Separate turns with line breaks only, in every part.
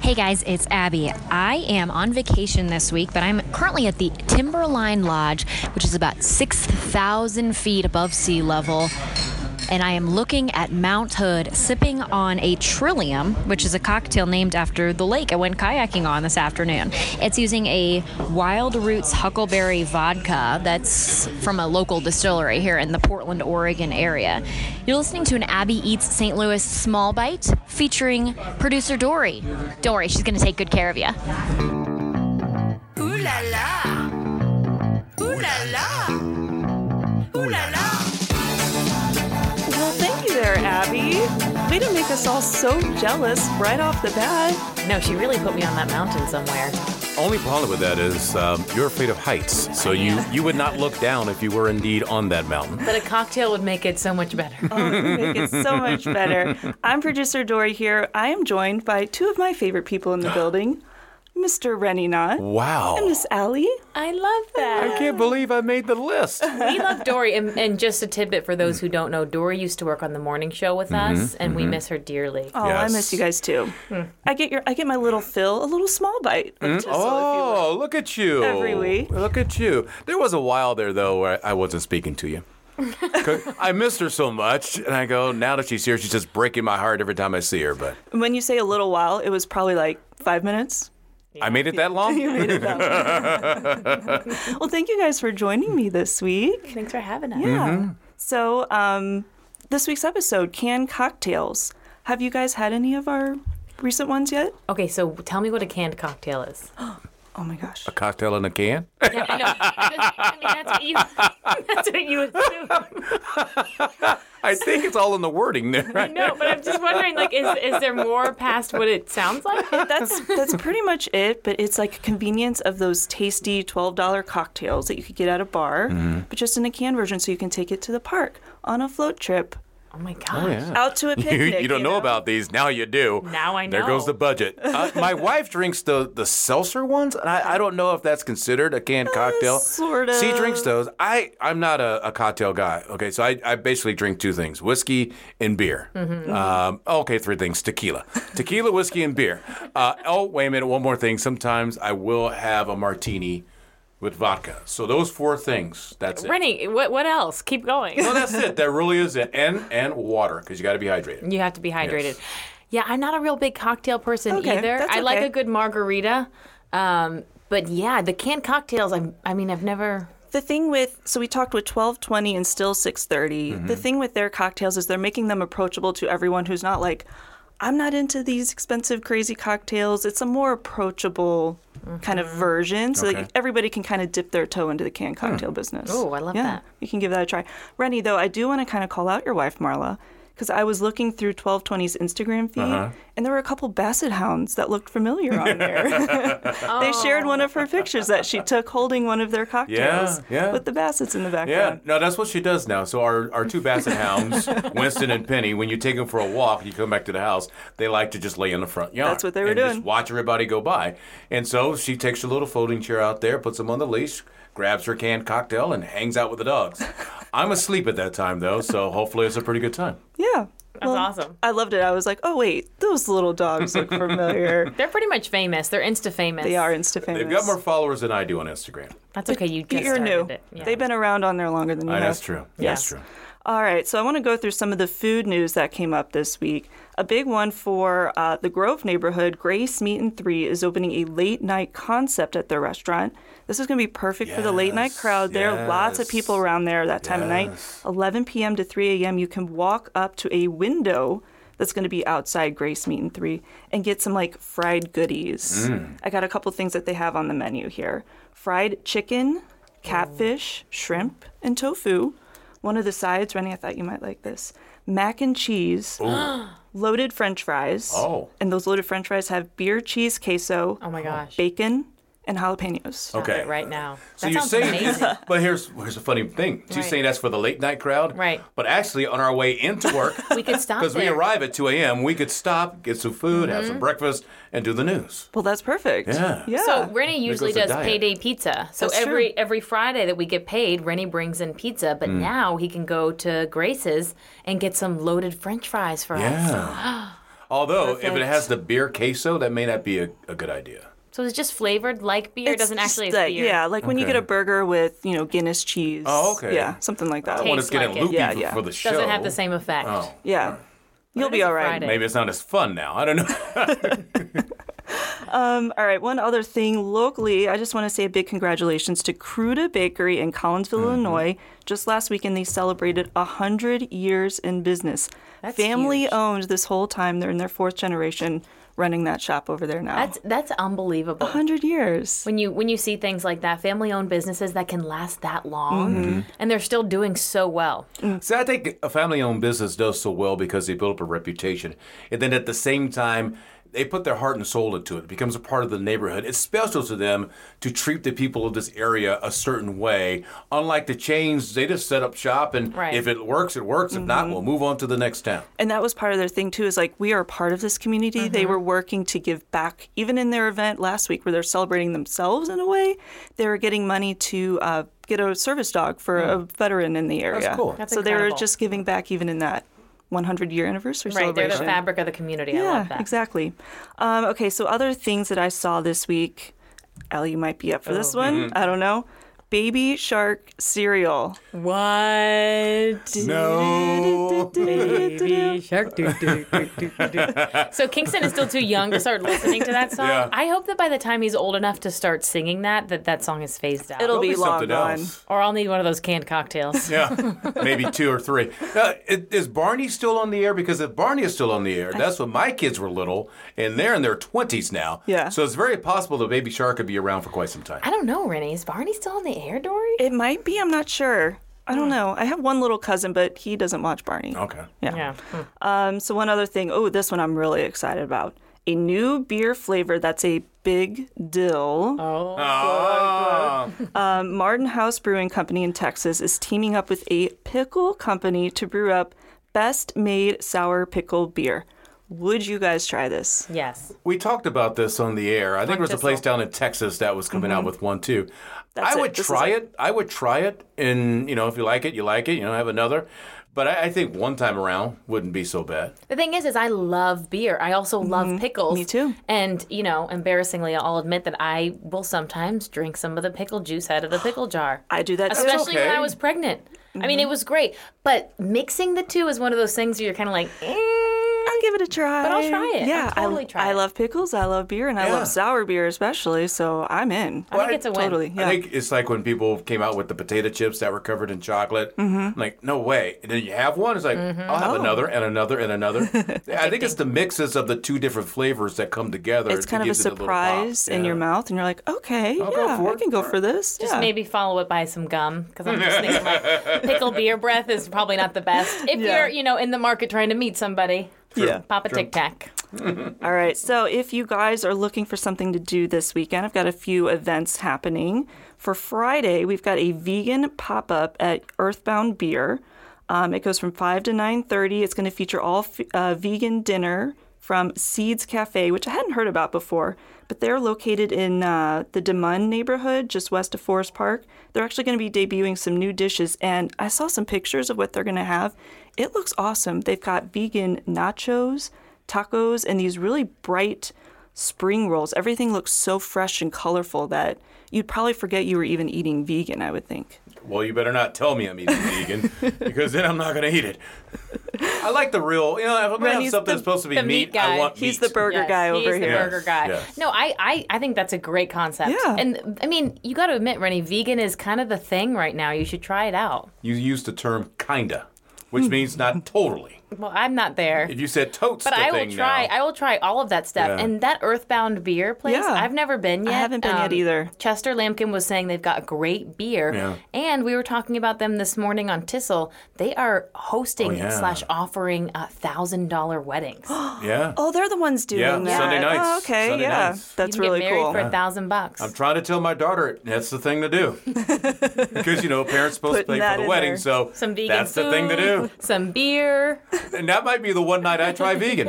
Hey guys, it's Abby. I am on vacation this week, but I'm currently at the Timberline Lodge, which is about 6,000 feet above sea level. And I am looking at Mount Hood, sipping on a Trillium, which is a cocktail named after the lake I went kayaking on this afternoon. It's using a Wild Roots Huckleberry vodka that's from a local distillery here in the Portland, Oregon area. You're listening to an Abby Eats St. Louis Small Bite featuring producer Dory. Don't worry, she's going to take good care of you.
Ooh la la. Ooh la la. Ooh la la.
Well, thank you there, Abby. Way to make us all so jealous right off the bat.
No, she really put me on that mountain somewhere.
Only problem with that is um, you're afraid of heights, so you, you would not look down if you were indeed on that mountain.
But a cocktail would make it so much better.
Make it so much better. I'm producer Dory here. I am joined by two of my favorite people in the building, Mr. Rennie Knott and
Wow.
Miss Allie.
I love that.
I can't believe I made the list.
We love Dory. And, and just a tidbit for those who don't know, Dory used to work on the morning show with us, and we miss her dearly.
Oh, I
Yes.
miss you guys too. I get your I get my little fill, a little small bite of Tissel, if you will.
Hmm? Oh, look at you.
Every week.
Look at you. There was a while there, though, where I wasn't speaking to you. 'Cause I missed her so much, and I go, now that she's here, she's just breaking my heart every time I see her. But
And when you say a little while, it was probably like five minutes.
I made it that long?
Made it that long. well, thank you guys for joining me this week.
Thanks for having us.
Yeah. So, um, this week's episode, canned cocktails. Have you guys had any of our recent ones yet?
Okay, so tell me what a canned cocktail is.
Oh my gosh.
Cocktail in a can?
that's what you. That's what you assume.
I think it's all in the wording there. Right?
No, but I'm just wondering, like, is is there more past what it sounds like?
That's that's pretty much it, but it's like a convenience of those tasty $12 cocktails that you could get at a bar,
Mm-hmm.
but just in a canned version so you can take it to the park on a float trip
Oh my gosh.
out to a picnic.
You, you don't know, about these. Now you do.
Now I
There goes
know.
the budget. Uh, my wife drinks the, the seltzer ones, and I, I don't know if that's considered a canned cocktail.
sort
She
of.
drinks those. I, I'm not a, a cocktail guy. Okay, so I, I basically drink two things whiskey and beer. Um, okay, three things tequila. Tequila, whiskey, and beer. Uh, oh, wait a minute. One more thing. Sometimes I will have a martini with vodka. So those four things. That's it.
Rennie, what what else? Keep going.
Well, that's it. That really is it. And, and water, because you got to be hydrated.
You have to be hydrated. Yeah, I'm not a real big cocktail person
Okay,
either.
that's
I like
okay.
a good margarita. Um, but yeah, the canned cocktails, I'm, I mean, I've never.
The thing with so we talked with 1220 and still 630. The thing with their cocktails is they're making them approachable to everyone who's not like I'm not into these expensive crazy cocktails. It's a more approachable kind
Mm-hmm.
of version so that
Okay.
you- everybody can kind of dip their toe into the canned cocktail business.
Ooh, I love
yeah,
that.
You can give that a try. Rennie, though, I do want to kind of call out your wife, Marla, because I was looking through 1220's Instagram feed and there were a couple basset hounds that looked familiar on there. They shared one of her pictures that she took holding one of their cocktails
Oh. yeah.
with the bassets in the
Yeah,
background.
no, that's what she does now. So our, our two basset hounds, Winston and Penny, when you take them for a walk, you come back to the house, they like to just lay in the front yard.
That's what they were
and
doing.
Just watch everybody go by. And so she takes her little folding chair out there, puts them on the leash, grabs her canned cocktail, and hangs out with the dogs. I'm asleep at that time though, so hopefully it's a pretty good time.
Yeah.
That's awesome.
I loved it. I was like, oh, wait, those little dogs look familiar.
They're pretty much famous. They're Insta famous.
they are Insta famous.
They've got more followers than I do on Instagram.
That's okay. You just
You're new.
started it. Yeah.
They've been around on there longer than you
Uh,
have.
That's true.
Yes.
That's true.
All right, so I want to go through some of the food news that came up this week. A big one for uh, the Grove neighborhood, Grace Meat and Three is opening a late night concept at their restaurant. This is going to be perfect for the late night
Yes,
crowd. There are lots of people
yes.
around there that time of night. 11 p.m. to 3 a.m., you can walk up to a window that's going to be outside Grace Meat and Three and get some like fried goodies.
Mm.
I got a couple things that they have on the menu here fried chicken, catfish, shrimp, and tofu. One of the sides, Rennie, I thought you might like this mac and cheese, loaded french fries.
Oh.
And those loaded french fries have beer, cheese, queso,
oh my gosh.
bacon, and jalapenos.
Sounds
Okay.
it Right now.
So
that
you're
sounds
saying,
amazing.
but here's here's a funny thing. So You're
Right.
saying that's for the late night crowd,
Right.
But actually, on our way into work,
we could stop Mm-hmm.
Because we
there.
arrive at 2 a.m., we could stop, get some food, have some breakfast, and do the news.
Well, that's perfect.
Yeah.
Yeah.
So Rennie usually
goes the
does
diet.
payday pizza. So
That's
every
true.
every Friday that we get paid, Rennie brings in pizza. But
Mm.
now he can go to Grace's and get some loaded French fries for us.
Yeah. Although, if it
Perfect.
has the beer queso, that may not be a, a good idea.
So it's just flavored like beer. It
It's
doesn't
just
actually
like-
beer.
Yeah, like when you
Okay.
get a burger with, you know, Guinness cheese.
Oh, okay.
Yeah, something like that.
I want
Tastes
us getting
like it.
loopy
Yeah,
for,
yeah.
for the show.
Doesn't have the same effect.
Oh,
Yeah. You'll
But
be
it's a
all right.
Friday.
maybe it's not as fun now. I don't know.
All right, one other thing locally, I just want to say a big congratulations to Cruda Bakery in Collinsville,
Mm-hmm.
Illinois. Just last weekend, they celebrated 100 years in business.
That's
Family owned this whole time. They're in their fourth generation running that shop over there now.
That's that's unbelievable.
100 years.
When you when you see things like that, family owned businesses that can last that long
Mm-hmm.
and they're still doing so well.
See, I think a family owned business does so well because they build up a reputation. And then at the same time, they put their heart and soul into it. It becomes a part of the neighborhood. It's special to them to treat the people of this area a certain way. Unlike the chains, they just set up shop and
Right.
if it works, it works. If
Mm-hmm.
not, we'll move on to the next town.
And that was part of their thing, too, is like, we are part of this community. They were working to give back. Even in their event last week, where they're celebrating themselves in a way, they were getting money to uh, get a service dog for a veteran in the area.
cool.
That's
so they were
incredible.
just giving back even in that 100 year anniversary
Right. They're
celebration.
the fabric of the community. I
Yeah,
love that.
exactly. Um, okay, so other things that I saw this week, Ellie, you might be up for this one. I don't know. Baby shark cereal.
What?
No.
So Kingston is still too young to start listening to that song.
Yeah.
I hope that by the time he's old enough to start singing that, that that song is phased out.
It'll be, long
something
gone.
else.
or I'll need one of those canned cocktails.
Yeah, maybe two or three. Uh, it- is Barney still on the air? Because if Barney is still on the air, that's when my kids were little, and they're in their twenties now.
Yeah.
So it's very possible that Baby Shark could be around for quite some time.
I don't know, Renee. Is Barney still on the air, Dory?
It might be. I'm not sure. I
Hmm.
don't know. I have one little cousin, but he doesn't watch Barney.
Okay.
Yeah. Hmm.
Um, so one other thing. Oh, this one I'm really excited about. A new beer flavor that's a big dill.
Oh.
Ah.
Martin House Brewing Company in Texas is teaming up with a pickle company to brew up best made sour pickle beer. Would you guys try this?
Yes.
we talked about this on the air. I think there was a place down in Texas that was coming out with one too.
Mm-hmm. That's
I
it.
would
This is
try
it.
it. I would try it, and you know, if you like it, you like it. You know, have another. But I, I think one time around wouldn't be so bad.
The thing is, is I love beer. I also love pickles.
Mm-hmm. Me too.
And you know, embarrassingly, I'll admit that I will sometimes drink some of the pickle juice out of the pickle jar.
I do that too. Mm-hmm.
Especially when
okay.
I was pregnant. I mean, it was great, but mixing the two is one of those things where you're kind of like, eh.
I'll give it a try.
But I'll try it.
Yeah,
I'll totally
I,
try
I
it.
love pickles. I love beer, and I
Yeah.
love sour beer especially. So I'm in.
I think it's a win.
Totally. Yeah.
I think it's like when people came out with the potato chips that were covered in chocolate. Mm-hmm. Like, no way. And then you have one. It's like,
Mm-hmm.
I'll
Oh.
have another and another and another. I think it's the mixes of the two different flavors that come together.
it's
to
kind of a
gives it little pop.
surprise in
Yeah.
your mouth, and you're like, okay,
I'll go
yeah,
for
I
it.
can go for this.
Just
yeah.
maybe follow it by some gum because I'm just thinking like pickle beer breath is probably not the best. If
Yeah.
you're, you know, in the market trying to meet somebody,
Yeah.
pop a tic tac.
All right. So if you guys are looking for something to do this weekend, I've got a few events happening. For Friday, we've got a vegan pop up at Earthbound Beer. Um, it goes from five to nine thirty. It's going to feature all f- uh, vegan dinner from Seeds Cafe, which I hadn't heard about before, but they're located in uh, the Des Moines neighborhood, just west of Forest Park. They're actually going to be debuting some new dishes, and I saw some pictures of what they're going to have. It looks awesome. They've got vegan nachos tacos and these really bright spring rolls. Everything looks so fresh and colorful that you'd probably forget you were even eating vegan, I would think.
Well, you better not tell me I'm eating vegan because then I'm not going to eat it. I like the real, you know, if I'm going to have
Randy's
something
the-
that's supposed to be
the
meat,
meat
I
guy.
want
He's
meat.
the burger
Yes,
guy
he
over
is the
here.
burger guy.
yes.
No, I, I, I think that's a great concept.
Yeah.
And I mean, you got to admit, Rennie, vegan is kind of the thing right now. You should try it out.
You used the term kinda,
Hmm.
which means not totally.
Well, I'm not there.
If you said totes,
But
the
I
thing
will try.
now.
I will try all of that stuff.
Yeah.
And that Earthbound beer place,
Yeah.
I've never been
I
yet. Um,
haven't been yet either.
Chester Lampkin was saying they've got great beer,
Yeah.
and we were talking about them this morning on Tissel. They are hosting
Oh, yeah.
slash offering thousand dollar weddings. you
yeah.
Oh, they're the ones doing
Yeah,
that.
Sunday nights.
Oh, okay,
Sunday
yeah.
nights.
That's
can
really
get married
cool.
for a thousand bucks.
I'm trying to tell my daughter that's the thing to do. Because, you know, parents supposed
Putting
to pay
that
for the
in
wedding,
there.
so
Some vegan
that's the thing to do.
food, Some beer.
And that might be the one night I try vegan.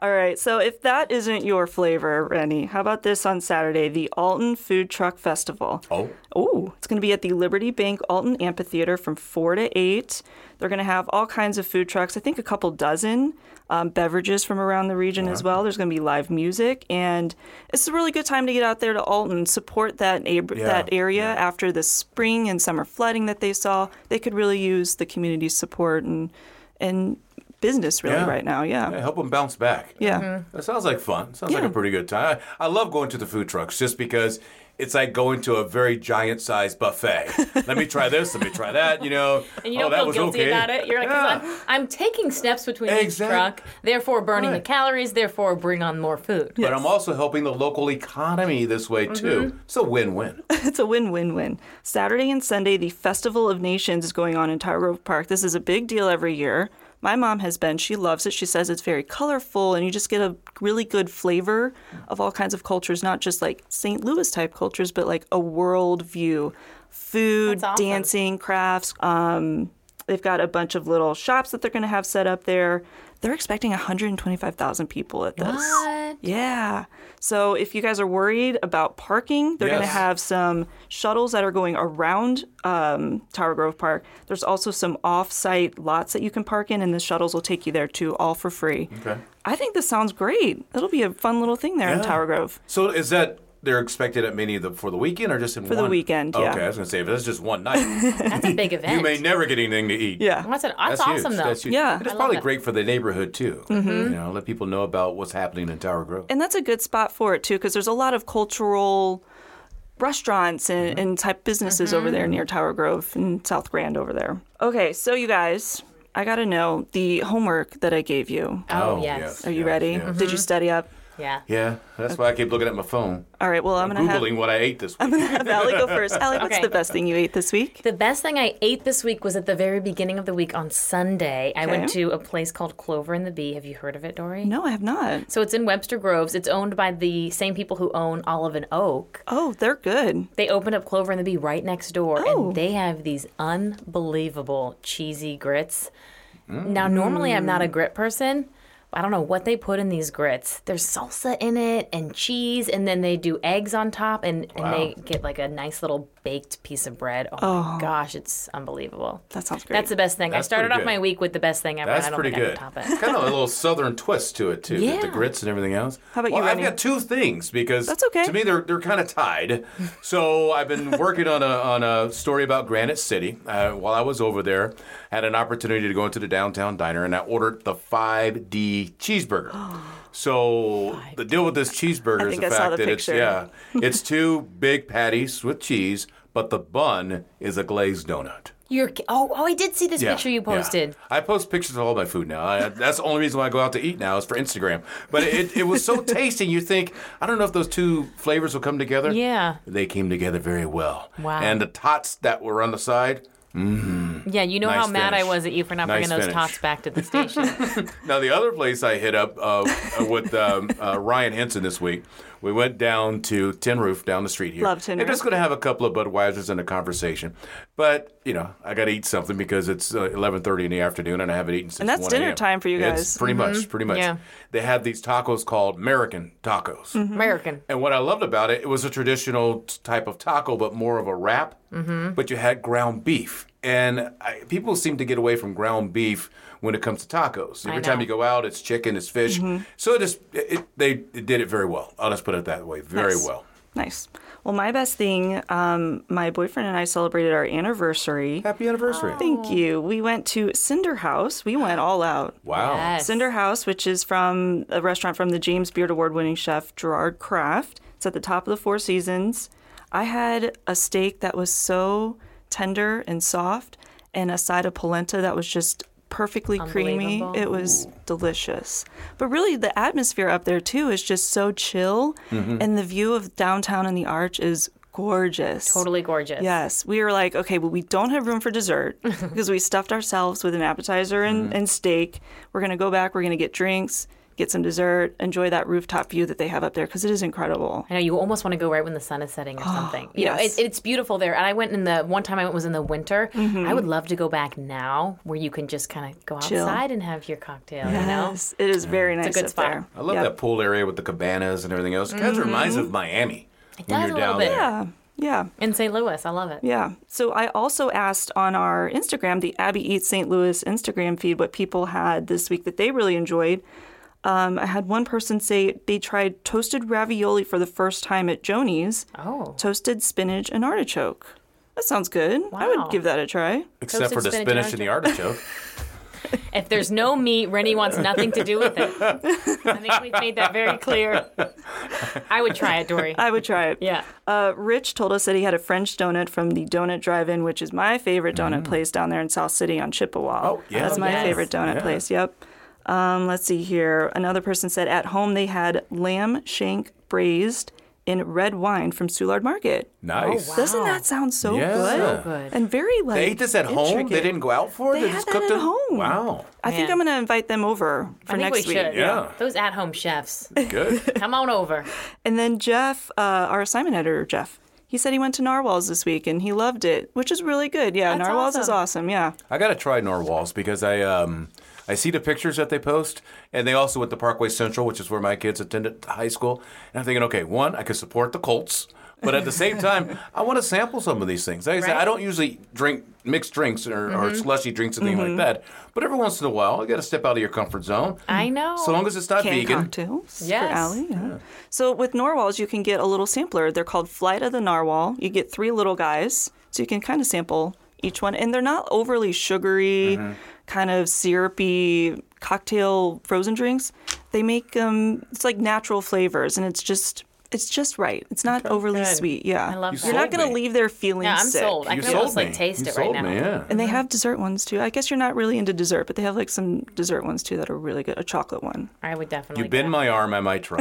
All right, so if that isn't your flavor, Rennie, how about this on Saturday, the Alton Food Truck Festival?
Oh.
Oh, it's going to be at the Liberty Bank Alton Amphitheater from 4 to 8. They're going to have all kinds of food trucks, I think a couple dozen um, beverages from around the region as well. There's going to be live music, and it's a really good time to get out there to Alton, support that, ab-
Yeah,
that area after the spring and summer flooding that they saw. They could really use the community support and, and business really
Yeah.
right now,
Yeah, help them bounce back.
Yeah.
That sounds like fun. Sounds like
Yeah.
a pretty good time. I, I love going to the food trucks just because it's like going to a very giant sized buffet. let me try this, let me try that, you know.
And you
oh,
don't
that
feel
was
guilty
okay.
about it. You're like,
Yeah.
'cause I'm, I'm taking steps between
Exact-
each truck, therefore burning
Right.
the calories, therefore bring on more food.
But I'm also helping the local economy this way too.
Mm-hmm.
It's a win win.
It's a win win win. Saturday and Sunday, the Festival of Nations is going on in Tower Grove Park. This is a big deal every year. My mom has been. She loves it. She says it's very colorful and you just get a really good flavor of all kinds of cultures, not just like St. Louis type cultures, but like a world view food,
That's awesome.
dancing, crafts. Um, they've got a bunch of little shops that they're going to have set up there. They're expecting 125,000 people at this.
What?
Yeah. So if you guys are worried about parking, they're going to
Yes.
have some shuttles that are going around um, Tower Grove Park. There's also some off-site lots that you can park in, and the shuttles will take you there too, all for free.
Okay.
I think this sounds great. It'll be a fun little thing there in
Yeah.
Tower Grove.
So is that they're expected at many of the for the weekend or just in
For the
one?
weekend,
Okay,
yeah.
I was gonna say if that's just one night,
That's a big event.
you may never get anything to eat.
Yeah.
Well, that's, an, that's,
huge.
awesome, though.
That's huge.
Yeah. Mm-hmm.
And
I
it's
love
probably
it.
great for the neighborhood too. You know, let people know about what's happening in Tower
Oh,
Grove.
and that's a good spot for it too because there's a lot of cultural restaurants and,
Mm-hmm.
and type businesses over
Mm-hmm.
there near tower grove and south grand over there okay so you guys i gotta know the homework that i gave you
Oh, yes. Mm-hmm.
are you
yes,
ready
yes.
did you study up
Yeah.
Yeah, that's why I keep looking at my phone,
all right well i'm gonna
googling what I ate this week.
have, have Allie go first Allie, what's
Okay.
the best thing you ate this week
The best thing I ate this week was at the very beginning of the week on Sunday. I went
Okay.
to a place called Clover and the Bee. Have you heard of it, Dory?
no i have not
So it's in Webster Groves. It's owned by the same people who own Olive and Oak.
oh they're good
They opened up Clover and the Bee right next door,
Oh.
and they have these unbelievable cheesy grits.
Mm.
Now, normally I'm not a grit person. but I don't know what they put in these grits. There's salsa in it and cheese, and then they do eggs on top, and, and they get like a nice little baked piece of bread. Oh, my gosh, it's unbelievable.
that sounds great
That's the best thing.
That's
I started
pretty
off my
good.
week with the best thing ever. and
That's
I don't
pretty
think
good.
I can top
It's
it.
kind of a little southern twist to it too, the- the,
Yeah.
grits and everything else. How
about you,
well, I've
Rennie?
got two things because
That's okay.
To me, they're they're kind of tied. so I've been working on a on a story about Granite City. Uh, while I was over there, had an opportunity to go into the downtown diner, and I ordered the 5D cheeseburger. So the deal with this cheeseburger
I
is
think
the
I
fact
saw the
that
picture.
it's yeah, it's two big patties with cheese, but the bun is a glazed donut.
You're, oh, oh, I did see this picture you
yeah.
posted.
I post pictures of all my food now. I, that's the only reason why I go out to eat now is for Instagram. But it, it was so tasty. You think I don't know if those two flavors will come together.
Yeah.
they came together very well.
Wow.
And the tots that were on the side.
Yeah, you know
Nice
how mad I
finish.
was at you for not
Nice
bringing those
finish.
tots back to the station.
Now the other place I hit up uh, with um, uh, Ryan Henson this week. We went down to Tin Roof down the street here.
Love Tin
They're
Roof.
just going to have a couple of Budweisers and a conversation. But you know, I got to eat something because it's uh, 11:30 in the afternoon and I haven't eaten since.
And that's
1
dinner
a.m..
time for you guys.
It's pretty much, pretty much.
Yeah.
They had these tacos called American tacos.
Mm-hmm.
American.
And what I loved about it, it was a traditional t- type of taco, but more of a wrap. But you had ground beef. And I, people seem to get away from ground beef when it comes to tacos. Every time
know.
you go out, it's chicken, it's fish. So it just, it, it- they it did it very well. I'll just put it that way. Very
Nice.
well.
nice well my best thing um, my boyfriend and i celebrated our anniversary
Happy anniversary.
thank you we went to cinder house we went all out
Wow.
Yes.
Cinder House, which is from a restaurant from the James Beard Award winning chef Gerard Kraft. It's at the top of the Four Seasons. I had a steak that was so tender and soft, and a side of polenta that was just perfectly creamy.
Unbelievable.
It was delicious. But really, the atmosphere up there, too, is just so chill, and the view of downtown and the arch is gorgeous.
Totally gorgeous.
Yes, we were like, okay, well, we don't have room for dessert
Mm-hmm.
because we stuffed ourselves with an appetizer and, and steak. We're gonna go back. We're gonna get drinks, get some dessert, enjoy that rooftop view that they have up there because it is incredible.
I know you almost want to go right when the sun is setting or something. You know,
yes.
it, it's beautiful there. And I went in the one time I went was in the winter. I would love to go back now where you can just kind of go
Mm-hmm. Chill.
outside and have your cocktail. You know,
Yes, it is very nice.
good
up
spot.
There.
I love
Yep.
that pool area with the cabanas and everything else. It kind of reminds me of Miami it
does a little bit.
there.
Yeah, yeah,
in St. Louis, I love it.
yeah. So I also asked on our Instagram, the Abby Eats St. Louis Instagram feed, what people had this week that they really enjoyed. Um, I had one person say they tried toasted ravioli for the first time at Joni's.
Oh.
Toasted spinach and artichoke. That sounds good.
Wow.
I would give that a try.
Except
Toasted
for the
spinach
spinach and the artichoke.
If there's no meat, Rennie wants nothing to do with it. I think we've made that very clear. I would try it, Dory.
I would try it.
Yeah.
Uh, Rich told us that he had a French donut from the Donut Drive-In, which is my favorite donut place down there in South City on Chippewa.
Mm. Oh, yeah.
that's my
Yes.
favorite donut
Yeah.
place. Yep. Um, let's see here. Another person said at home they had lamb shank braised in red wine from Soulard Market.
Nice.
wow.
Doesn't that sound so
Yeah.
good?
So
good.
And very like
They ate this at home. They
intricate.
didn't go out for it.
They
They,
had
just
that
cooked
at
it.
home.
Wow.
I think
Man.
I'm gonna invite them over for
I think
next
we
week.
should.
Yeah.
Those at-home chefs,
Good.
come on over.
And then Jeff, uh, our assignment editor, Jeff, he said he went to Narwhals this week and he loved it, which is really good. Yeah,
That's
Narwhals is
awesome.
awesome. Yeah.
I gotta try narwhals because I um I see the pictures that they post, and they also went to Parkway Central, which is where my kids attended high school. And I'm thinking, okay, one, I could support the Colts, but at the same time, I want to sample some of these things. Like I said, I
Right. Mm-hmm.
don't usually drink mixed drinks or, or slushy drinks or anything like that, but every once in a while, you got to step out of your comfort zone.
I know.
So long as it's not
Canned
vegan.
cocktails
Yes.
for Allie. Yeah. So with narwhals, you can get a little sampler. They're called Flight of the Narwhal. You get three little guys, so you can kind of sample each one, and they're not overly sugary,
Mm-hmm.
kind of syrupy cocktail frozen drinks. They make um, it's like natural flavors, and it's just. It's just right. It's not overly
Good.
sweet. Yeah.
I love You
You're not
sold
going
me.
to leave there feeling
Yeah, I'm
sick.
sold. I
You
can
sold
almost
me.
like taste
You
it right
sold
now.
me, yeah.
And they have dessert ones too. I guess you're not really into dessert, but they have like some dessert ones too that are really good. A chocolate one.
I would definitely.
You bend
go.
my arm, I might try.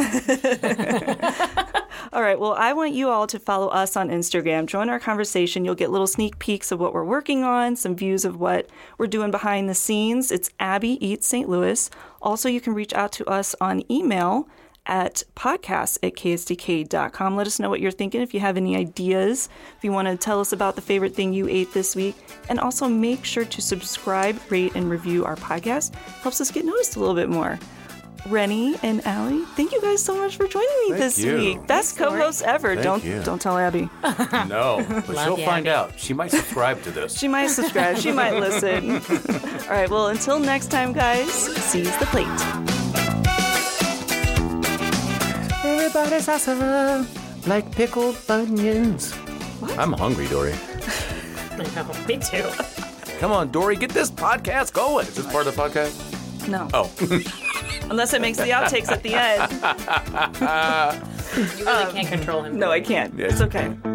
All right. Well, I want you all to follow us on Instagram. Join our conversation. You'll get little sneak peeks of what we're working on, some views of what we're doing behind the scenes. It's Abby Eats St. Louis. Also, you can reach out to us on email at podcast at ksdk.com. Let us know what you're thinking, if you have any ideas, if you want to tell us about the favorite thing you ate this week. And also make sure to subscribe, rate, and review our podcast. Helps us get noticed a little bit more. Rennie and Allie, thank you guys so much for joining me
Thank
this
you.
week. Best co-host ever. don't
you.
don't tell Abby.
no, but she'll
you,
find out. She might subscribe to this.
She might subscribe. she might listen. All right. Well, until next time, guys. Seize the plate.
Everybody's awesome, like pickled onions. I'm hungry, Dory.
I know. Me too.
Come on, Dory, get this podcast going. Is this part of the podcast?
No.
Oh.
Unless it makes the outtakes at the end. Um,
You really can't control him.
No, I can't. It's okay.